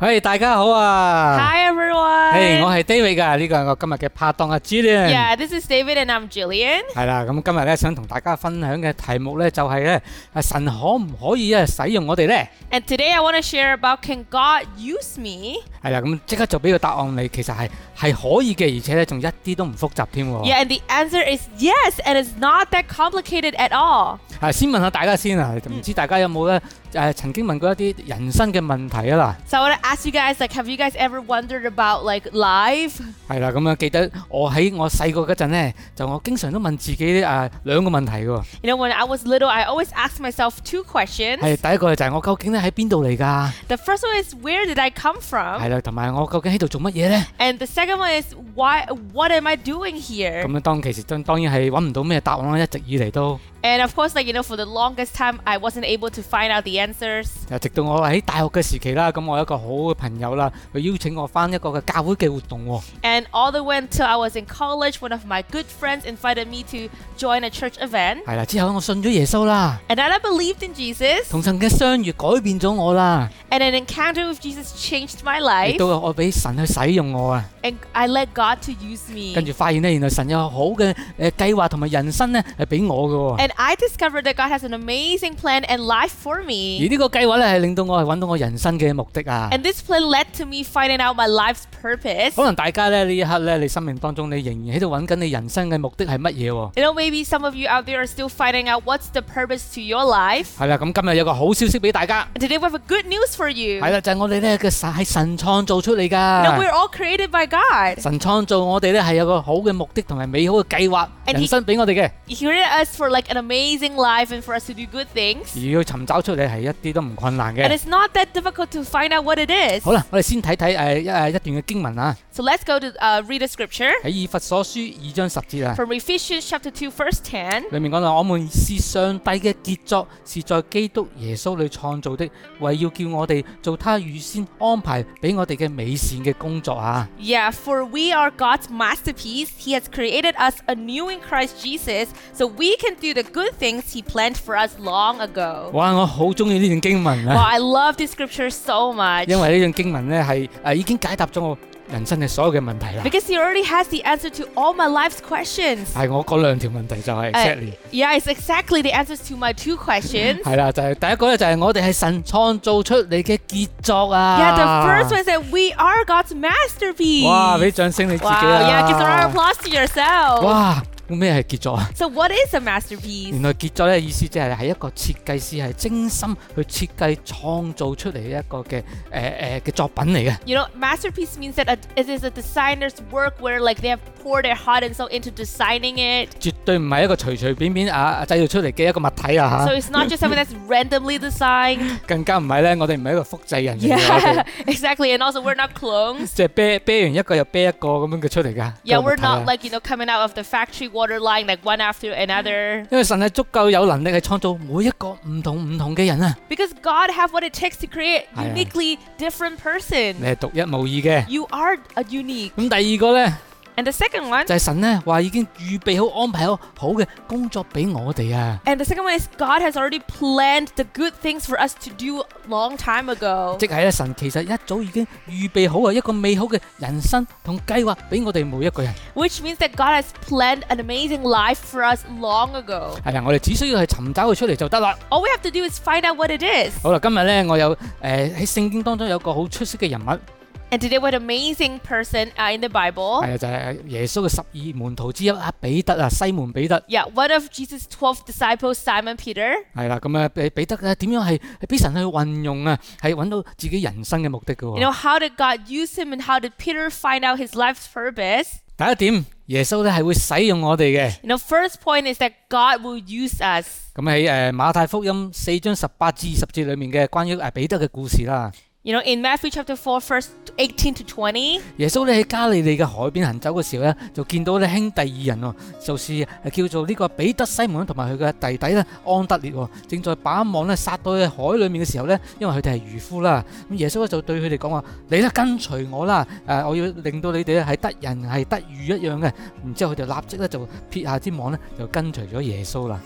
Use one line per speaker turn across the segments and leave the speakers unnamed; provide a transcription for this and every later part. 系大家好啊！
Hi everyone.
诶，我系 David 噶，呢个系我今日嘅拍档阿 Julian。
Yeah, this is David and I'm Julian.
系啦，咁今日咧想同大家分享嘅題目咧就係咧，啊神可唔可以啊使用我哋咧？
And today I want to share about can God use me?
係啦，咁即刻就俾個答案你，其實係係可以嘅，而且咧仲一啲都唔複雜添喎。
Yeah, and the answer is yes, and it's not that complicated at all.
啊，先問下大家先啊，
嗯
唔知大家有冇咧誒曾經問過一啲人生嘅問題啊嗱？
So I want to ask you guys like have you guys ever wondered about like life?
係啦，咁樣記得我喺我細個嗰陣咧，就我經常都問自己誒兩個問題嘅喎。
You know, when I was little, I always asked myself two questions.
係第一個就係我究竟咧喺邊度嚟㗎？
The first one is where did I come from?
係啦，同埋我究竟喺度做乜嘢咧？
And the second one is why what am I doing here?
咁樣當其時當當然係揾唔到咩答案啦，一直以嚟都。
And of course, like you know, for the longest time I wasn't able to find out the answers.
誒，直到我喺大學嘅時期啦，咁我有一個好嘅朋友啦，佢邀請我翻一個嘅教會嘅活動喎。
And all the way until I was in college, one of my good friends invited me to join a church event.
係啦，之後我信咗耶穌啦，
And then I believed in Jesus,
同神嘅相遇改變咗我啦，
and an encounter with Jesus changed my
亦
life,
都我俾神去使用我啊。
and I let God to use me.
跟住發現呢，原來神有好嘅誒計劃同埋人生呢係俾我嘅喎。
And I discovered that God has an amazing plan and life for
而
me.
呢個計劃呢，係令到我係揾到我人生嘅目的啊。
And this plan led to me finding out my life's purpose.
可能大家呢，呢一刻呢，你生命當中你仍然喺度揾緊你人生嘅目的係乜嘢喎？
You know, maybe some of you out there are still finding out what's the purpose to your life.
係啦，咁今日有個好消息俾大家。
And today we have a good news for you.
係啦，就係我哋呢嘅神係神創造出嚟
You know, we're
㗎。
all created by God.
神創造我哋呢係有個好嘅目的同埋美好嘅計劃，
And he-
人生俾我哋嘅。
He created us for like an amazing life and for us to do good things.
而要尋找出嚟係一啲都唔困難嘅。
And it's not that difficult to find out what it is.
好啦，我哋先睇睇誒一誒一段嘅經文啊，
So let's go to uh, read a scripture
喺以弗所書二章十節啊。
from Ephesians chapter 2, verse 10.
里面講到，我們是上帝嘅傑作，是在基督耶穌裏創造的，為要叫我哋做他預先安排俾我哋嘅美善嘅工作啊！
Yeah, for we are God's masterpiece. He has created us anew in Christ Jesus, so we can do the good things He planned for us long ago.
哇，我好中意呢段經文
Wow,
啊，
I love this scripture so much.
因為呢段經文呢係诶已經解答咗我人生嘅所有嘅問題啦，
Because He already has the answer to all my life's questions.
係我嗰兩條問題就係
Uh,
exactly
yeah, it's exactly the answers to my two questions.
係啦，就係第一個呢，就係我哋係神創造出嚟嘅傑作
Yeah, the
啊
first！one is that we are God's masterpiece.
哇，俾掌聲你自己
Wow, yeah, give a round
啊！
of applause to yourself.
哇，咁咩係傑作啊？
So what is a masterpiece?
原來傑作咧意思即係係一個設計師係精心去設計創造出嚟一個嘅誒誒嘅作品嚟嘅，
You know, masterpiece means that a, it is a designer's work where like they have poured their heart and soul into designing it.
絕對唔係一個隨隨便便啊啊製造出嚟嘅一個物體啊嚇，
So it's not just something that's randomly designed.
更加唔係咧，我哋唔係一個複製人嚟嘅，我哋
Yeah, exactly. And also, we're not clones.
即係啤啤完一個又啤一個咁樣嘅出嚟㗎。
Yeah,
嗰個
we're
物體啊
not like you know coming out of the factory water line like one after another.
因為神係足夠有能力係創造每一個唔同唔同嘅人啊，
Because God have what it takes to create
Aye, aye.
uniquely different
你
person.
係獨一無二嘅。
You are a unique.
咁第二個咧
And the second one.
就係神咧話已經預備好安排好好嘅工作俾我哋啊。
And the second one is God has already planned the good things for us to do long time ago.
即係咧，神其實一早已經預備好啊一個美好嘅人生同計劃俾我哋每一個人。
Which means that God has planned an amazing life for us long ago.
係啦，啊我哋只需要去尋找佢出嚟就得啦。
All we have to do is find out what it is.
好啦，今日咧我有誒喺聖經當中有個好出色嘅人物，
And today what an amazing person uh, in the Bible.
係啊就係、耶穌嘅十二門徒之一啊彼得啊西門彼得。
Yeah, one of Jesus' 12 disciples, Simon Peter.
係啦，咁啊彼彼得咧點樣係係俾神去運用啊？係揾到自己人生嘅目的嘅
You
喎。
know, how did God use him and how did Peter find out his life's purpose?
第一點，耶穌咧係會使用我哋嘅。
You know, first point is that God will use us.
咁喺誒馬太福音四章十八至二十節裡面嘅關於誒彼得嘅故事啦。
You know, in Matthew chapter 4, verse 18 to 20,
耶穌咧喺加利利嘅海邊行走嘅時候咧，就見到咧兄弟二人喎，就是係叫做呢個彼得西門同埋佢嘅弟弟咧安德烈喎，正在把網咧撒到去海裡面嘅時候咧，因為佢哋係漁夫啦，咁耶穌咧就對佢哋講話：你咧跟隨我啦，誒、我要令到你哋咧係得人係得魚一樣嘅。然之後佢哋立即咧就撇下啲網咧，就跟隨咗耶穌啦。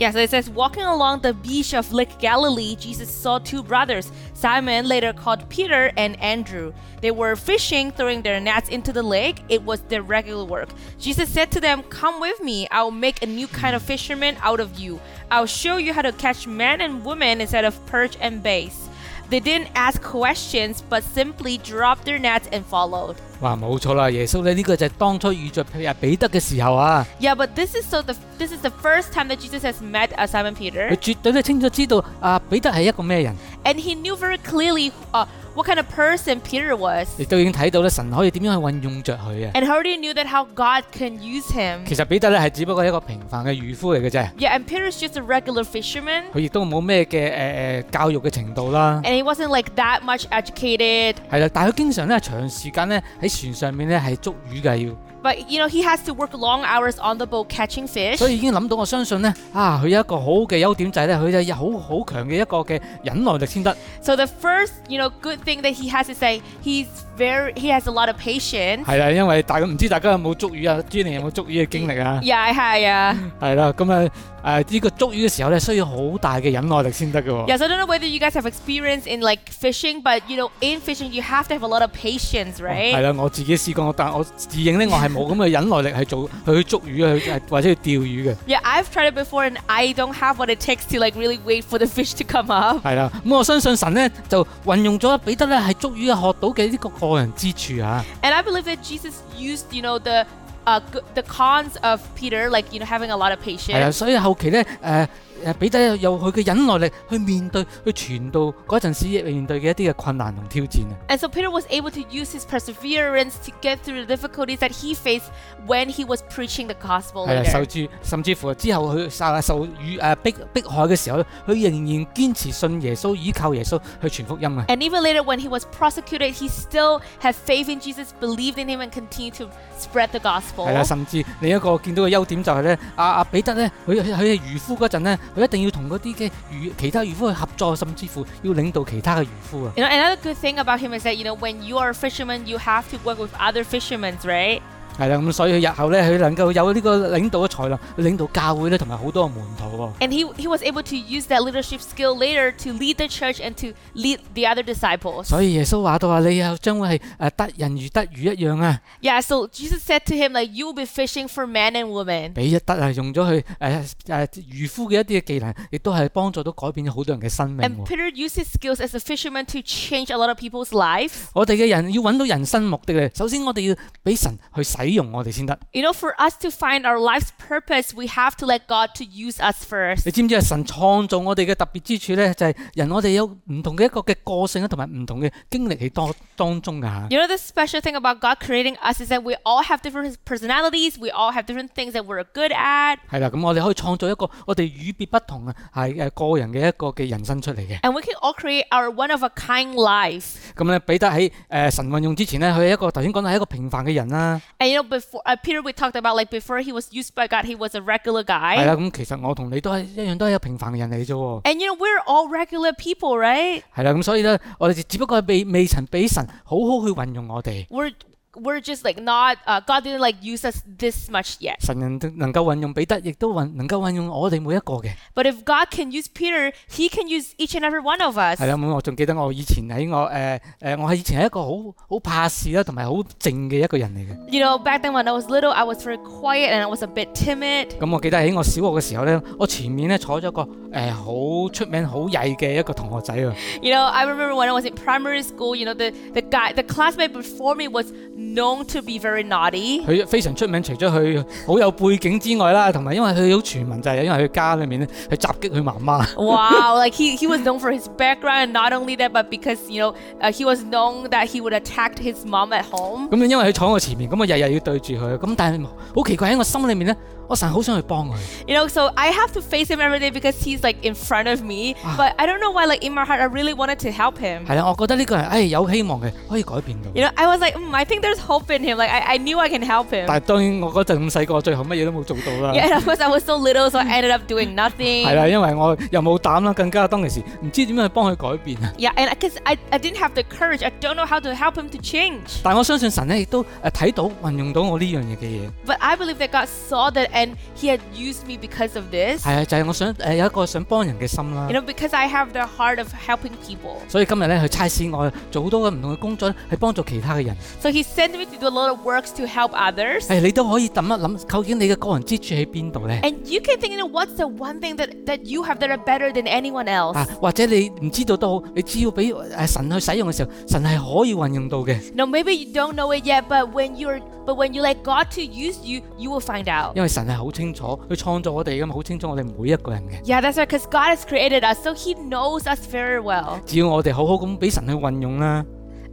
Yeah, so it says, walking along the beach of Lake Galilee, Jesus saw two brothers, Simon, later called Peter, and Andrew. They were fishing, throwing their nets into the lake. It was their regular work. Jesus said to them, Come with me. I'll make a new kind of fisherman out of you. I'll show you how to catch men and women instead of perch and bass. They didn't ask questions, but simply dropped their nets and followed.
哇，冇錯啦，耶穌咧呢個就係當初遇着彼得嘅時候啊，
Yeah, but this is so the this is the first time that Jesus has met uh, Simon
佢
Peter,
絕對咧清楚知道啊彼得係一個咩人，
and he knew very clearly uh, what kind of person Peter was.
亦都已經睇到咧神可以點樣去運用着佢啊。
and he already knew that how God can use him.
其實彼得咧係只不過一個平凡嘅漁夫嚟嘅啫，
Yeah, and Peter's just a regular fisherman,
佢亦都冇咩嘅誒誒教育嘅程度啦。
and he wasn't like that much educated.
係啦，但係佢經常咧長時間咧喺船上面咧係捉魚嘅要，
But you know, he has to work long hours on the boat catching fish.
所以已經諗到我相信咧啊佢有一個好嘅優點就係咧佢就有好好強嘅一個嘅忍耐力先得。
So the first, you know, good thing that he has is that he's very he has a lot of patience.
係啦，因為大家唔知大家有冇捉魚啊？Jenny 有冇捉魚嘅經歷啊？
Yeah, yeah, yeah.
係啦，咁啊诶呢個捉魚嘅時候咧，需要好大嘅忍耐力先得嘅喎。
Yeah, so I don't know whether you guys have experience in like fishing, but you know, in fishing you have to have a lot of patience,
係
right?
啦，我自己試過，但我自認咧，我係冇咁嘅忍耐力係做去捉魚去或者去釣魚嘅。
Yeah, I've tried it before and I don't have what it takes to like really wait for the fish to come up.
係啦，咁我相信神咧就運用咗彼得咧係捉魚學到嘅呢個個人之處啊。
And I believe that Jesus used, you know, the uh, g- the cons of Peter, like you know, having a lot of
係啊，
patience.
所以後期咧誒誒彼得有佢嘅忍耐力去面對去傳道嗰陣時面對嘅一啲嘅困難同挑戰啊。
And so Peter was able to use his perseverance to get through the difficulties that he faced when he was preaching the gospel.
係啊，受
Later.
住甚至乎之後佢受受雨誒逼迫害嘅時候，佢仍然堅持信耶穌，依靠耶穌去傳福音啊！
And even later, when he was prosecuted, he still had faith in Jesus, believed in him, and continued to spread the gospel.
係啦，甚至另一個見到嘅優點就係咧，阿阿彼得咧，佢佢佢係漁夫嗰陣咧，佢一定要同嗰啲嘅漁其他漁夫去合作，甚至乎要領導其他嘅漁夫啊！
You know, another good thing about him is that, you know, when you are a fisherman, you have to work with other fishermen, right?
係啦，咁所以佢日後咧，佢能夠有呢個領導嘅才能，去領導教會咧，同埋好多嘅門徒喎。
And he, he was able to use that leadership skill later to lead the church and to lead the other disciples.
所以耶穌話到話，你又將會係誒得人如得魚一樣啊！
Yeah, so Jesus said to him, like, you will be fishing for men and women.
俾一得啊，用咗佢誒誒漁夫嘅一啲嘅技能，亦都係幫助到改變咗好多人嘅生命
And
喎。
Peter used his skills as a fisherman to change a lot of people's lives.
我哋嘅人要揾到人生目的咧，首先我哋要俾神去使用我哋先得。
You know, for us to find our life's purpose, we have to let God to use us first.
你知唔知啊？神創造我哋嘅特別之處咧，就係、人我哋有唔同嘅一個嘅個性啊，同埋唔同嘅經歷喺當當中啊㗎。
You know, the special thing about God creating us is that we all have different personalities. We all have different things that we're good at.
係啦，咁我哋可以創造一個我哋與別不同啊，係誒個人嘅一個嘅人生出嚟嘅。
And we can all create our one of a kind life.
咁咧，彼得喺誒、呃神運用之前咧，佢係一個頭先講到係一個平凡嘅人啦。
And you know, before uh, Peter, we talked about like before he was used by God, he was a regular
係
guy.
啦，咁其實我同你都係一樣，都係一個平凡嘅人嚟啫喎。
And you know, we're all regular people, right?
係啦，咁所以咧，我哋只不過係未未曾俾神好好去運用我哋。
We're we're just like not uh, God didn't like use us this much yet.
神能能夠運用彼得，亦都運能夠運用我哋每一個嘅。
But if God can use Peter, He can use each and every one of us.
係啦，咁我仲記得我以前喺我誒誒、呃我係以前係一個好好怕事啦，同埋好靜嘅一個人嚟嘅。
You know, back then when I was little, I was very quiet and I was a bit timid.
咁我記得喺我小學嘅時候咧，我前面咧坐咗個誒好、出名好曳嘅一個同學仔啊。
You know, I remember when I was in primary school, you know, the the guy, the classmate before me was known to be very naughty.
佢非常出名，除咗佢好有背景之外啦，同埋因為佢好傳聞就係因為佢家裏面咧，佢襲擊佢媽媽。
wow like he, he was known for his background and not only that but because you know uh, he was known that he would attack his mom at home
咁因為佢坐我前面，咁我日日要對住佢，咁但係好奇怪喺我心裏面咧，我成日好想去幫佢，
you know so i have to face him every day because he's like in front of me
Ah.
but i don't know why like in my heart i really wanted to help him
係啦，我覺得呢個人誒、唉有希望嘅，可以改變到。
you know i was like mm, i think there's hope in him like i, I knew i can help him
但係當然我嗰陣咁細個，最後乜嘢都冇做到啦。
yeah and of course i was so little so i ended up doing nothing
係啦，因為我又冇膽啦，更加當其時唔知點樣去幫佢改變啊。
yeah and because I, I didn't have the courage i don't know how to help him to change
呃但我相信神咧亦都誒睇到運用到我呢樣嘢嘅嘢，
but i believe that god saw that and he had used me because of this.
係啊，就係我想誒有一個想幫人嘅心啦
You。know, because I have the heart of helping people.
所以今日咧，去差事外做好多嘅唔同嘅工作，去幫助其他嘅人。
So he sent me to do a lot of works to help others.
誒，你都可以諗一諗，究竟你嘅個人之處喺邊度呢？
And you can think, you know, what's the one thing that, that you have that are better than anyone else?
啊，或者你唔知道都好，你只要俾誒神去使用嘅時候，神係可以運用到嘅，
No, maybe you don't know it yet, but when you're but when you let God to use you, you will find out.
因為神係好清楚，佢創造我哋咁，好清楚我哋每一個人嘅。
Yeah, that's right, because God has created us, so He knows us very well.
只要我哋好好咁俾神去運用啦，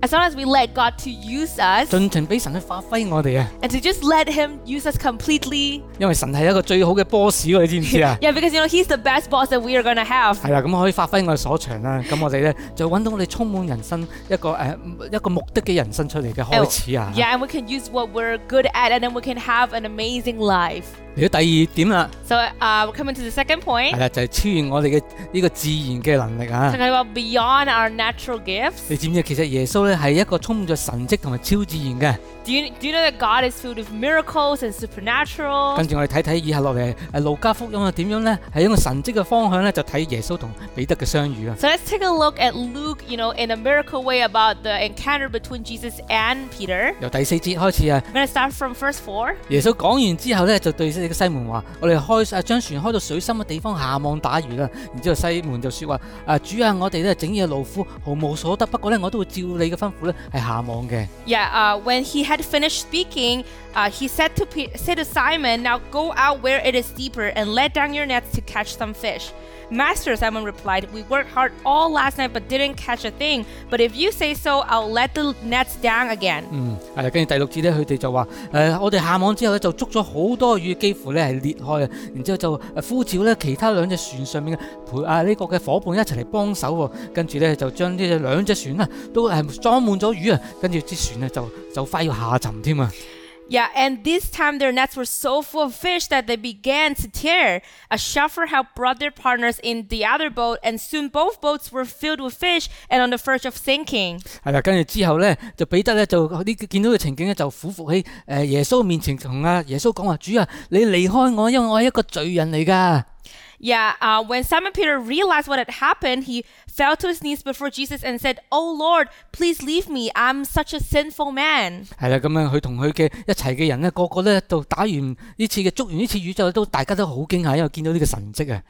As long as we let God to use us
盡情俾神去發揮我哋啊！
and to just let Him use us completely.
因為神係一個最好嘅 boss 喎，你知唔知啊
？Yeah, because you know He's the best boss that we are gonna have.
係啦，咁可以發揮我哋所長啦。咁我哋咧就揾到我哋充滿人生一個誒、呃一個目的嘅人生出嚟嘅開始啊！
Yeah, and we can use what we're good at, and then we can have an amazing life.
嚟到第二點啦，
So uh, we're coming to the
係
second point,
啦，就係、超越我哋嘅呢個自然嘅能力啊！
talking about beyond our natural gifts.
你知唔知其實耶穌咧係一個充滿咗神蹟同埋超自然嘅？
Do you do you know that God is filled with miracles and supernatural?
跟住我哋睇睇以下落嚟誒路加福音啊點樣咧？係一個神蹟嘅方向咧，就睇耶穌同彼得嘅相遇啊！
So let's take a look at Luke, you know, in a miracle way about the encounter between Jesus and Peter.
由第四節開始啊！
We're gonna start from verse four.
耶穌講完之後咧，就對呢個西門話：我哋開啊將船開到水深嘅地方下網打魚啦。然之後西門就説話：啊主啊，我哋咧整夜勞苦，毫無所得。不過咧，我都會照你嘅吩咐咧係下網嘅。
Yeah, uh, when he had finished speaking, uh, he said to Pe- said to Simon, "Now go out where it is deeper and let down your nets to catch some fish." Master, Simon replied, "We worked hard all last night but didn't catch a thing. But if you say so, I'll let the nets down again."
嗯，係啦。跟住第六節咧，佢哋就話：誒、我哋下網之後咧，就捉咗好多魚，幾乎咧係裂開啊。然之後就呃呼召咧其他兩隻船上面嘅陪啊呢、個嘅伙伴一齊嚟幫手喎。跟住咧就將呢隻兩隻船啊都係裝滿咗魚啊。跟住啲船咧就就快要下沉添啊！
Yeah, and this time their nets were so full of fish that they began to tear. A shuffer help brought their partners in the other boat, and soon both boats were filled with fish and on the verge of sinking.
係啦，跟住之後咧，就彼得咧就呢見到嘅情景咧，就俯伏喺誒耶穌面前，同阿耶穌講話：主啊，你離開我，因為我係一個罪人嚟㗎。
Yeah, uh, when Simon Peter realized what had happened, he fell to his knees before Jesus and said, Oh Lord, please leave me. I'm such a sinful man.
係啦，咁樣佢同佢嘅一齊嘅人咧，個個咧就打完呢次嘅捉完呢次魚之後，都大家都好驚訝，因為見到呢個神跡啊。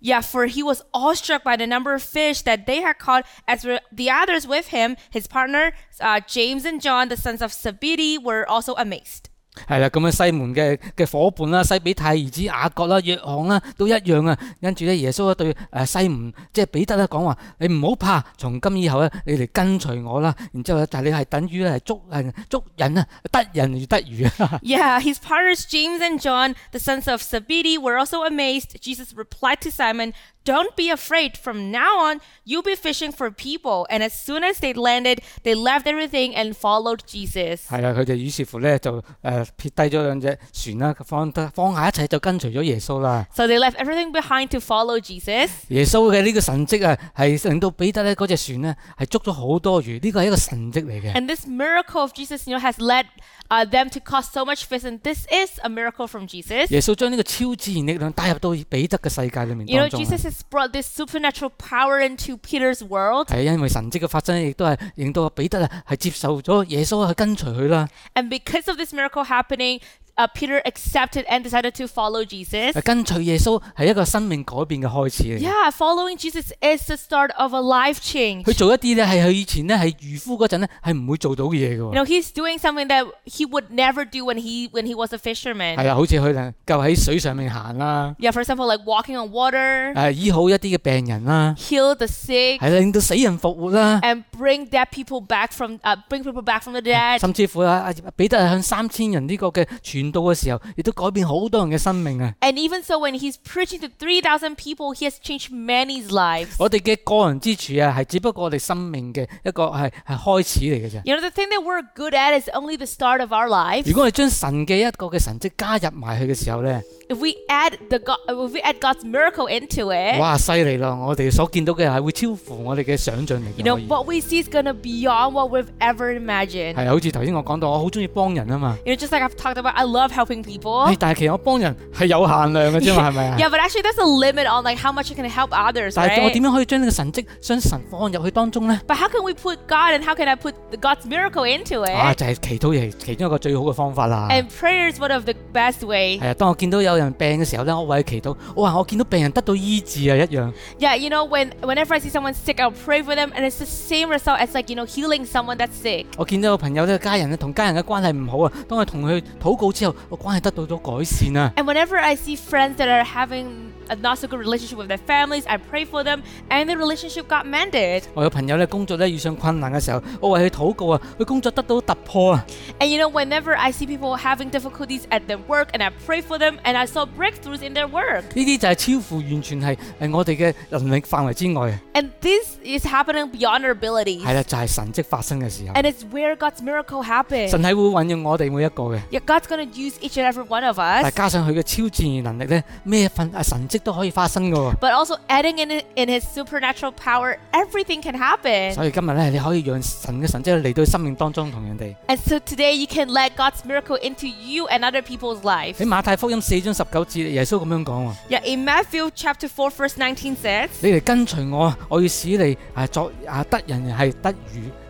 Yeah, for he was awestruck by the number of fish that they had caught, as were the others with him, his partner, uh, James and John, the sons of Zebedee, were also amazed.
係啦，咁樣西門嘅嘅伙伴啦，西比泰兒子雅各啦、約翰啦，都一樣啊。跟住咧，耶穌咧對誒呃西門即係彼得咧講話：你唔好怕，從今以後咧，你嚟跟隨我啦。然之後咧，但係你係等於咧係捉人捉人啊，得人如得魚 啊。
Yeah, his partners James and John, the sons of Zebedee, were also amazed. Jesus replied to Simon, Don't be afraid. From now on, you'll be fishing for people. And as soon as they landed, they left everything and followed Jesus.
係啦，佢哋於是乎咧就誒、呃撇低咗兩隻船啦，放得放下一切就跟隨咗耶穌啦。
So they left everything behind to follow Jesus.
耶穌嘅呢個神蹟啊，係令到彼得咧嗰隻船咧係捉咗好多魚，呢個係一個神蹟嚟嘅。
And this miracle of Jesus, you know, has led uh, them to cause so much fish. And this is a miracle from Jesus.
耶穌將呢個超自然力量帶入到彼得嘅世界裏面
You
當
know,
中啊。
Jesus has brought this supernatural power into Peter's world.
係啊因為神蹟嘅發生，亦都係令到彼得啊係接受咗耶穌去跟隨佢啦，
And because of this miracle happening, uh, Peter accepted and decided to follow Jesus.
啊跟隨耶穌係一個生命改變嘅開始嚟嘅。
Yeah, following Jesus is the start of a life change.
佢做一啲咧係佢以前咧係漁夫嗰陣咧係唔會做到嘅嘢嘅喎
You。know, he's doing something that he would never do when he when he was
係
a
啊
fisherman.
啦，好似佢能夠喺水上面行啦，
Yeah, for example, like walking on water,
誒醫好一啲嘅病人啦，
heal the sick,
係令到死人復活啦，
and bring dead people back from uh, bring people back from the dead.
甚至乎啊啊彼得向三千人呢個嘅傳道嘅時候，亦都改變好多人嘅生命啊！
And even so, when he's preaching to three thousand people, he has changed many's lives.
我哋嘅個人之處啊，係只不過我哋生命嘅一個係係開始嚟嘅啫。
You know, the thing that we're good at is only the start of our lives.
如果我哋將神嘅一個嘅神蹟加入埋去嘅時候咧，
if we add the God, if we add God's miracle into it,
哇，犀利啦！我哋所見到嘅係會超乎我哋嘅想像力
you
嘅
know
可以，
what we see is gonna beyond what we've ever imagined.
係啊好似頭先我講到，我好中意幫人啊嘛。
You know, just like I've talked about, I love helping people.
誒但係其實我幫人係有限量嘅啫嘛，係咪啊？
Yeah, but actually, there's a limit on like how much you can help others,
但係我
right?
點樣可以將呢個神蹟、將神放入去當中呢？
But how can we put God and how can I put the God's miracle into it?
啊，就係祈禱係其中一個最好嘅方法啦。
And prayer is one of the best way.
係啊，當我見到有人病嘅時候呢，我為佢祈禱。哇，我見到病人得到醫治啊，一樣。
Yeah, you know, when whenever I see someone sick, I'll pray for them, and it's the same result as like you know healing someone that's sick.
我見到有朋友咧、家人咧，同家人嘅關係唔好啊，當我同佢禱告之後，個關係得到咗改善啊。
And whenever I see friends that are having a not so good relationship with their families, I pray for them, and the relationship got mended.
我有朋友咧工作咧遇上困難嘅時候，我為佢禱告啊，佢工作得到突破啊。
And you know, whenever I see people having difficulties at their work, and I pray for them, and I saw breakthroughs in their work.
呢啲就係超乎完全係誒我哋嘅能力範圍之外啊。
And this is happening beyond our abilities.
係啦，就係、神蹟發生嘅時候，
And it's where God's miracle happens.
神係會運用我哋每一個嘅。
Yeah, God's gonna use each and every one of us.
但加上佢嘅超自然能力咧，咩份啊神蹟都可以發生嘅喎。
but also adding in in his supernatural power, everything can happen.
所以今日咧，你可以讓神嘅神蹟嚟到生命當中同人哋。
and so today you can let God's miracle into you and other people's life.
喺馬太福音四章十九節，耶穌咁樣講喎。
Yeah, in Matthew chapter 4 verse 19 says,
你哋跟隨我，我要使你啊作啊得人係得魚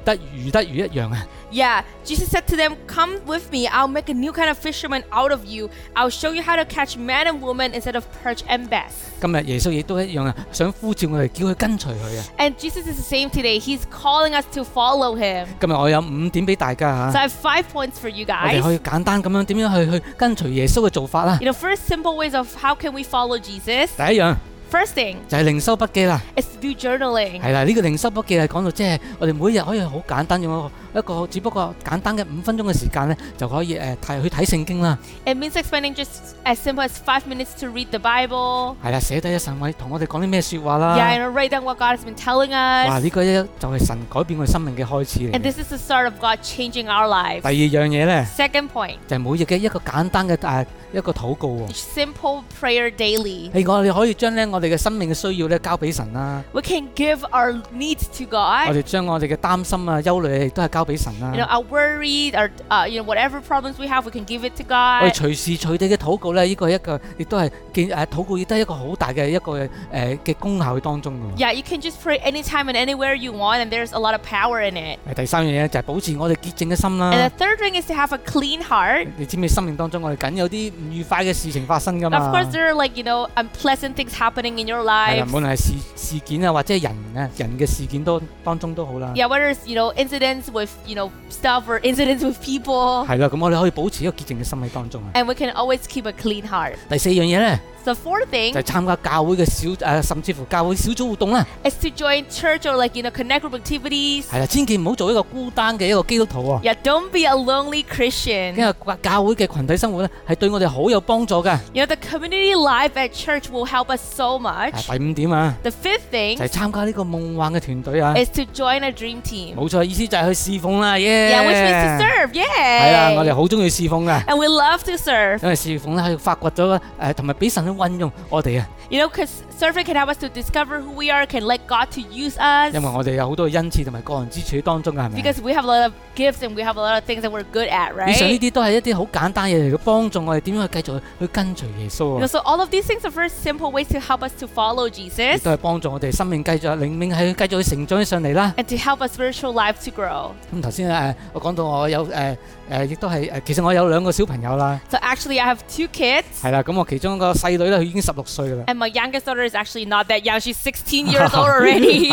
得魚得魚一樣啊！
yeah, Jesus said to them, "Come with me. I'll make a new kind of fisherman out of you. I'll show you how to catch man and woman instead of perch and bass."
今日耶穌亦都一樣啊，想呼召我哋，叫佢跟隨佢啊！
And Jesus is the same today. He's calling us to follow him.
今日我有五點俾大家
So
嚇，
I have 5 points for you
我哋
guys.
可以簡單咁樣點樣去去跟隨耶穌嘅做法啦。
You know, first simple ways of how can we follow Jesus?
第一樣
First thing
就係靈修筆記啦，
is to do journaling.
係啦，呢個靈修筆記係講到即係我哋每日可以好簡單用一個一個只不過簡單嘅五分鐘嘅時間咧，就可以誒睇去睇聖經啦，
It means like spending just as simple as five minutes to read the Bible.
係啦，寫低一神位同我哋講啲咩説話
Yeah,
啦。
and write down what God has been telling
哇！
us.
呢個一就係神改變我哋生命嘅開始嚟
And
嘅。
this is the start of God changing our
第
lives.
二樣嘢咧。
Second point,
就係每日嘅一個簡單嘅誒一個禱告喎。
simple prayer daily.
你我哋可以將咧我哋嘅生命嘅需要咧交俾神啦，
We can give our needs to
我
God.
哋將我哋嘅擔心啊、憂慮亦都係交俾神
You know,
啦。
our worries, our uh, you know, whatever problems we have, we can give it to
我哋
God.
隨時隨地嘅禱告咧，呢個係一個亦都係見誒禱告亦都係一個好大嘅一個誒嘅功效喺當中嘅喎。
Yeah, you can just pray anytime and anywhere you want, and there's a lot of power in it.
誒第三樣嘢就係保持我哋潔淨嘅心
And
啦。
the third thing is to have a clean heart.
你知唔知生命當中我哋梗有啲唔愉快嘅事情發生㗎
And of
嘛？
course, there are like you know unpleasant things happening in your
係啦，
life.
無論係事事件啊，或者係人啊人嘅事件都當中都好啦。
yeah, whether it's you know incidents with you know stuff or incidents with people,
係啦，咁我哋可以保持一個潔淨嘅心喺當中啊。
and we can always keep a clean heart.
第四樣嘢咧。
The fourth thing
就係參加教會嘅小誒、甚至乎教會小組活動啦。
is to join church or like you know connect group activities.
係啦，千祈唔好做一個孤單嘅一個基督徒啊，
Yeah, don't be a lonely Christian.
因為教會嘅群體生活咧係對我哋好有幫助嘅。
You know the community life at church will help us so much.
第五點啊，
The fifth thing
就係參加呢個夢幻嘅團隊啊。
is to join a dream team.
冇錯，意思就係去侍奉啦，耶、
Yeah, which means to serve.
係啦，我哋
Yeah,
好中意侍奉嘅。
and we love to serve.
因為侍奉咧，係發掘咗誒，同埋俾神去運用我哋啊。
You know, because serving can help us to discover who we are, can let God to use us.
因為我哋有好多嘅恩賜同埋個人之處喺當中嘅，係咪啊？
because we have a lot of gifts and we have a lot of things that we're good at,
以上呢
right?
啲都係一啲好簡單嘢嚟嘅，幫助我哋點樣去繼續去去跟隨耶穌
You
啊
know,。so all of these things are very simple ways to help us to follow
亦
Jesus
都係幫助我哋生命繼續靈命係繼續去成長起上嚟啦。
and to help our spiritual life to grow.
咁頭先誒，我講到我有誒誒，呃呃亦都係誒，其實我有兩個小朋友啦，
So actually, I have two kids,
係啦。咁我其中一個細女咧，佢已經十六歲啦。
and my youngest daughter is actually not that young. She's 16 years old already.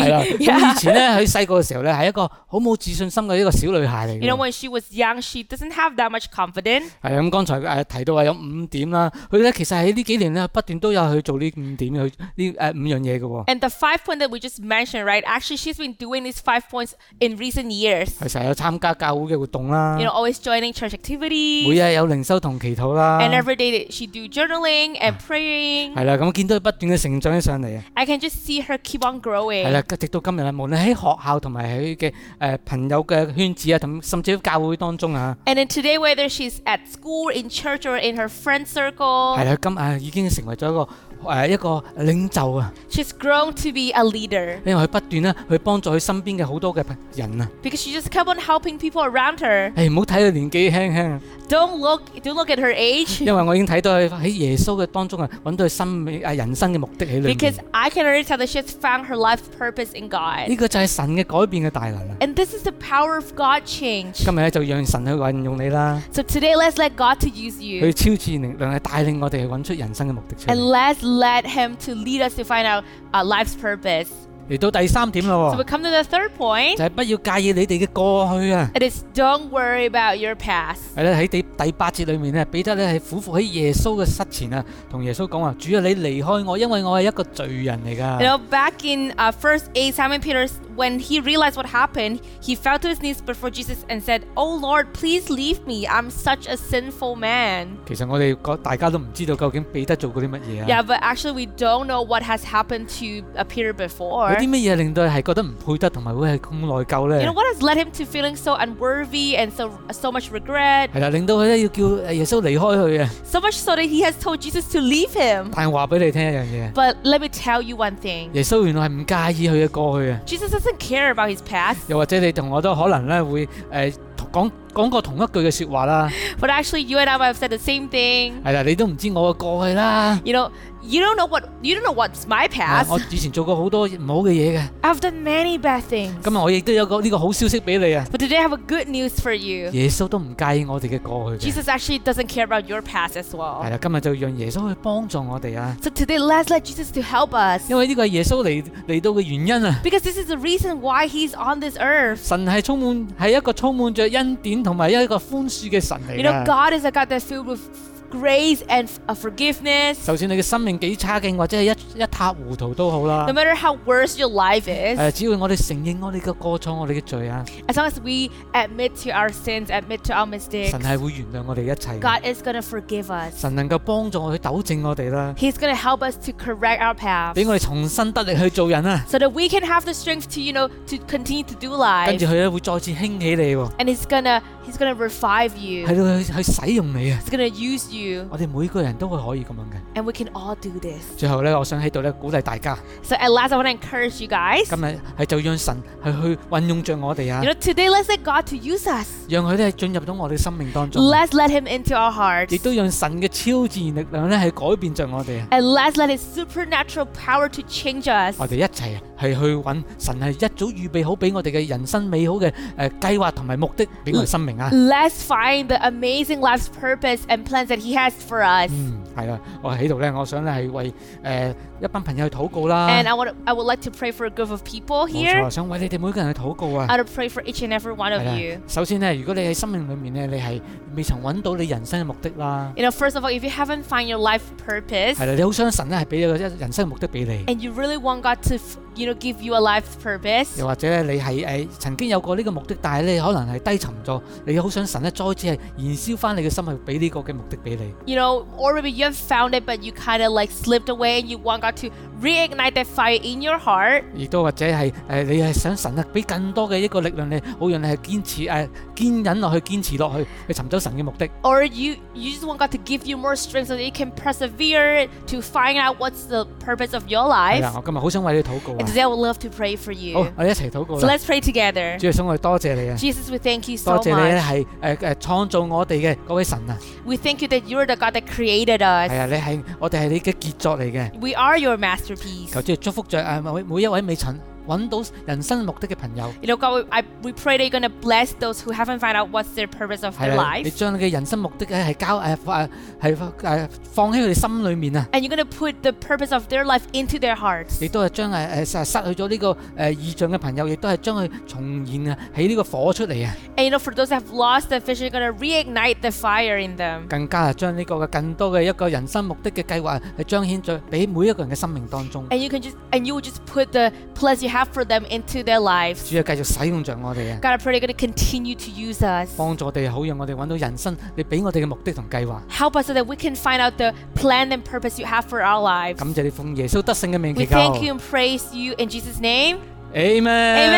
係啦，
Yeah.
咁以前咧佢細個嘅時候咧，係一個好冇自信心嘅一個小女孩嚟
You know,
嘅。
when she was young, she doesn't have that much confidence.
係啊，咁剛才誒提到話有五點啦，佢咧其實喺呢幾年咧不斷都有去做呢五點去呢誒五樣嘢嘅喎。
And the five point that we just mentioned, right? Actually, she's been doing these five points in recent years.
佢成日有參加教會嘅活動啦
You，know, always joining church
每
activities,
日有靈修同祈禱啦
and，every day that she do journaling and praying.
係啦，咁見到佢不斷嘅成長起上嚟啊，
I can just see her keep on growing.
係啦，直到今日啊，無論喺學校同埋喺佢嘅誒朋友嘅圈子啊，同甚至乎教會當中啊，
And then today, whether she's at school, in church, or in her friend circle,
係啦，今啊已經成為咗一個誒、呃一個領袖啊，
she's grown to be a leader
因為佢不斷咧去幫助佢身邊嘅好多嘅人啊，
because she just kept on helping people around her.
誒唔好睇佢年紀輕輕啊，
Don't look, don't look at her age
因為我已經睇到佢喺耶穌嘅當中啊，揾到佢生命啊人生嘅目的喺裏
because
面。
I can already tell that she has found her life purpose in
呢
God.
個就係神嘅改變嘅大能啊！
And this is the power of God change.
今日咧就讓神去運用你啦，
So today, let's let God to use
佢
you
超自然力量係帶領我哋去揾出人生嘅目的出
and
嚟。
let's let Him to lead us to find out our life's purpose.
嚟到第三點啦
So we
喎，
come to the third point.
就係不要介意你哋嘅過去啊！
It is don't worry about your past.
係啦，喺第第八節裏面咧，彼得咧係苦伏喺耶穌嘅膝前啊，同耶穌講話：主啊，你離開我，因為我係一個罪人嚟
You
㗎。
know, back in uh, first eight, Simon Peter, when he realized what happened, he fell to his knees before Jesus and said, "Oh Lord, please leave me. I'm such a sinful man."
其實我哋個大家都唔知道究竟彼得做過啲乜嘢
Yeah,
啊？
but actually, we don't know what has happened to uh, Peter
有
before.
啲乜嘢令到係覺得唔配得，同埋會係咁內疚
You
咧
know？what has led him to feeling so unworthy and so so much regret,
係啦，令到佢咧要叫呃耶穌離開佢啊！
so much so that he has told Jesus to leave him.
但係話俾你聽一樣嘢，
But let me tell you one thing:
耶穌原來係唔介意佢嘅過去啊！
Jesus doesn't care about his past.
又或者你同我都可能咧會誒、呃、講講過同一句嘅説話啦，
But actually, you and I might have said the same thing.
係啦，你都唔知我嘅過去啦。
You know, you don't know what you don't know what's my
啊
past.
我以前做過好多唔好嘅嘢嘅，
I've done many bad things.
今日我亦都有個呢個好消息俾你啊！
But today I have a good news for you.
耶穌都唔介意我哋嘅過去嘅，
Jesus actually doesn't care about your past as
係
well.
啦，今日就讓耶穌去幫助我哋啊，
So today let's let Jesus to help us.
因為呢個係耶穌嚟嚟到嘅原因啊。
Because this is the reason why he's on this earth.
神係充滿係一個充滿着恩典同埋一個寬恕嘅神
You
嚟㗎。
know, God is a God that's filled with grace and f- uh, forgiveness.
就算你嘅生命幾差勁或者係一一塌糊塗都好啦
No，matter how worse your
誒、
life is,
只要我哋承認我哋嘅過錯、我哋嘅罪啊，
as long as we admit to our sins, admit to our mistakes,
神係會原諒我哋一切嘅。
God is gonna forgive us.
神能夠幫助我去糾正我哋啦，
He's gonna help us to correct our path
俾我哋重新得力去做人啊。
so that we can have the strength to, you know, to continue to do
跟
life.
住佢咧會再次興起你喎，
and he's gonna he's gonna revive you
係到去去使用你啊！
he's gonna use you
我哋每個人都會可以咁樣嘅。
and we can all do this
最後咧，我想喺度咧鼓勵大家，
so at last i want to encourage you guys
今日係就讓神係去運用着我哋啊
you，know today let's let god to use us
讓佢咧進入到我哋生命當中，
let's let him into our hearts
亦都讓神嘅超自然力量咧係改變着我哋啊！
and let's let his supernatural power to change us
我哋一齊係去揾神係一早預備好俾我哋嘅人生美好嘅誒計劃同埋目的俾我哋生命啊！
let's find the amazing life's purpose and plans that he has for us
嗯，係啦，我喺度咧，我想咧係為誒、呃一班朋友去禱告啦。
and i want to, i would like to pray for a group of people
冇錯
here
啊，想為你哋每個人去禱告啊。
i want to pray for each and every one
係
of
啦
you，
首先咧，如果你喺生命裏面咧，你係未曾揾到你人生嘅目的啦，
you know first of all if you haven't found your life purpose
係啦，你好想神咧係俾一個一人生嘅目的俾你，
and you really want God to, f- you know, give you a life purpose,
又或者咧你係誒曾經有過呢個目的，但係你可能係低沉咗，你好想神咧再次係燃燒翻你嘅心去俾呢個嘅目的俾你，
you know, or maybe you have found it but you kind of like slipped away and you want God to reignite that fire in your heart.
亦都或者係誒、呃你係想神啊俾更多嘅一個力量你，好讓你係堅持誒、呃、堅忍落去，堅持落去去尋找神嘅目的。
Or you, you just want God to give you more strength so that you can persevere to find out what's the purpose of your
係
life.
啦，我今日好想為你禱告
And
啊！
today I would love to pray
好
for you.，
我哋一齊禱告
So
啦。
let's pray together.
主耶穌，我哋多謝你啊！
Jesus, oh we thank you
多
so
謝你咧，
much.
係誒誒創造我哋嘅嗰位神啊！
We thank you that you're the God that created
係
us.
啊，你係我哋係你嘅傑作嚟嘅。
We are your masterpiece.
求主祝福着誒每每一位未曾揾到人生目的嘅朋友，
You know, God, we, I, we pray that you're going to bless those who haven't found out what's their purpose of
係
their
啦，你
life.
將你嘅人生目的咧係交誒誒係誒放喺佢哋心裏面啊！
And you're going to put the purpose of their life into their hearts.
亦都係將誒誒失失去咗呢個誒異象嘅朋友，亦都係將佢重現啊，起呢個火出嚟啊！
And you know, for those that have lost the vision, you're going to reignite the fire in them.
更加係將呢個嘅更多嘅一個人生目的嘅計劃係彰顯在俾每一個人嘅生命當中。
And you can just, and you will just put the plans you have for them into their lives.
主啊，繼續使用着我哋啊，
God, I pray you're going to continue to use us.
幫助我哋好，讓我哋揾到人生你俾我哋嘅目的同計劃。
Help us so that we can find out the plan and purpose you have for our lives.
感謝你奉耶穌得勝嘅名
We
祈求。
thank you and praise you in Jesus' name.
Amen。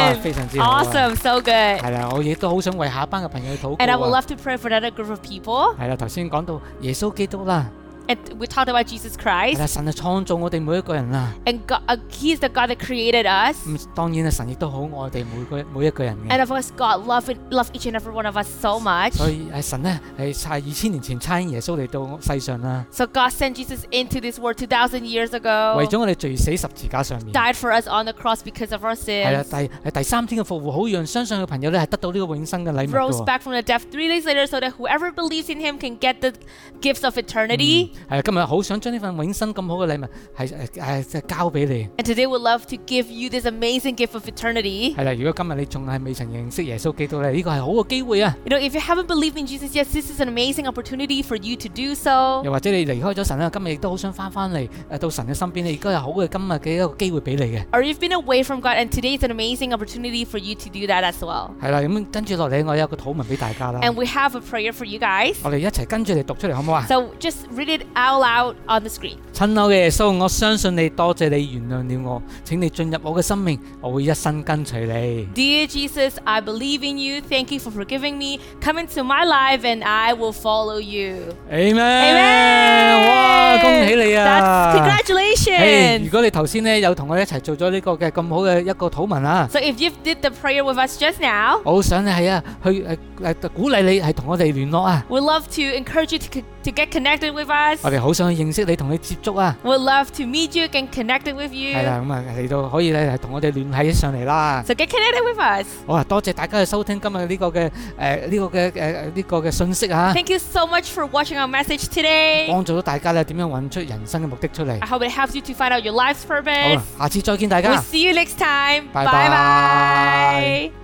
哇，非常之好啊。
Awesome, so good.
係啦，我亦都好想為下一班嘅朋友去禱
And I
告
would
啊。
love to pray for another group of people.
係啦，頭先講到耶穌基督啦，
And we talked about Jesus
係啦，
Christ.
神係創造我哋每一個人啦。
And God, uh, He's the God that created us.
咁當然啊，神亦都好愛我哋每個每一個人
And
嘅。
of course, God loved, loved each and every one of us so much.
所以係神呢，係差二千年前差遣耶穌嚟到世上啦，
So God sent Jesus into this world 2,000 years ago.
為咗我哋罪死十字架上面。
died for us on the cross because of our
係啦，
sins.
第係第三天嘅復活，好讓相信嘅朋友咧係得到呢個永生嘅禮物
Rose
㗎喎。
back from the death three days later, so that whoever believes in him can get the gifts of
嗯
eternity.
係啊，今日好想將呢份永生咁好嘅禮物係誒誒交俾你。
And today, we'd love to give you this amazing gift of eternity.
係啦，如果今日你仲係未曾認識耶穌基督咧，呢個係好嘅機會啊！
You know, if you haven't believed in Jesus yet, this is an amazing opportunity for you to do so.
又或者你離開咗神啦，今日亦都好想翻翻嚟誒到神嘅身邊，你亦都有好嘅今日嘅一個機會俾你嘅。
Or you've been away from God, and today is an amazing opportunity for you to do that as well.
係啦，咁跟住落嚟，我有一個禱文俾大家啦，
And we have a prayer for you guys.
我哋一齊跟住嚟讀出嚟好唔好啊？
So just read it out loud on the screen.
親愛嘅耶穌，我相信你，多謝你原諒了我，請你進入我嘅生命，我會一生跟隨你。
Dear Jesus, I believe in you. Thank you for forgiving me. Come into my life and I will follow you.
Amen！
Amen！
哇，恭喜你啊
That's congratulations.
嘿如果你頭先呢有同我一齊做咗呢個嘅咁好嘅一個禱文啊，
so if you did the prayer with us just now,
我好想你係啊，去誒誒鼓勵你係同我哋聯絡啊，
we'd love to encourage you to, co- to get connected with us.
我哋好想去認識你，同你接觸啊。
We'd love to meet you and connect with you.
係啦，咁啊嚟到可以咧係同我哋聯繫上嚟啦。
So get connected with us.
好啊，多謝大家嘅收聽今日呢個嘅誒呢個嘅誒呢個嘅信息啊，
Thank you so much for watching our message today.
幫助到大家咧點樣揾出人生嘅目的出嚟
I。hope it helps you to find out your life's
好
purpose.
啦，下次再見大
We'll
家。
see you next time.
Bye
bye.
bye.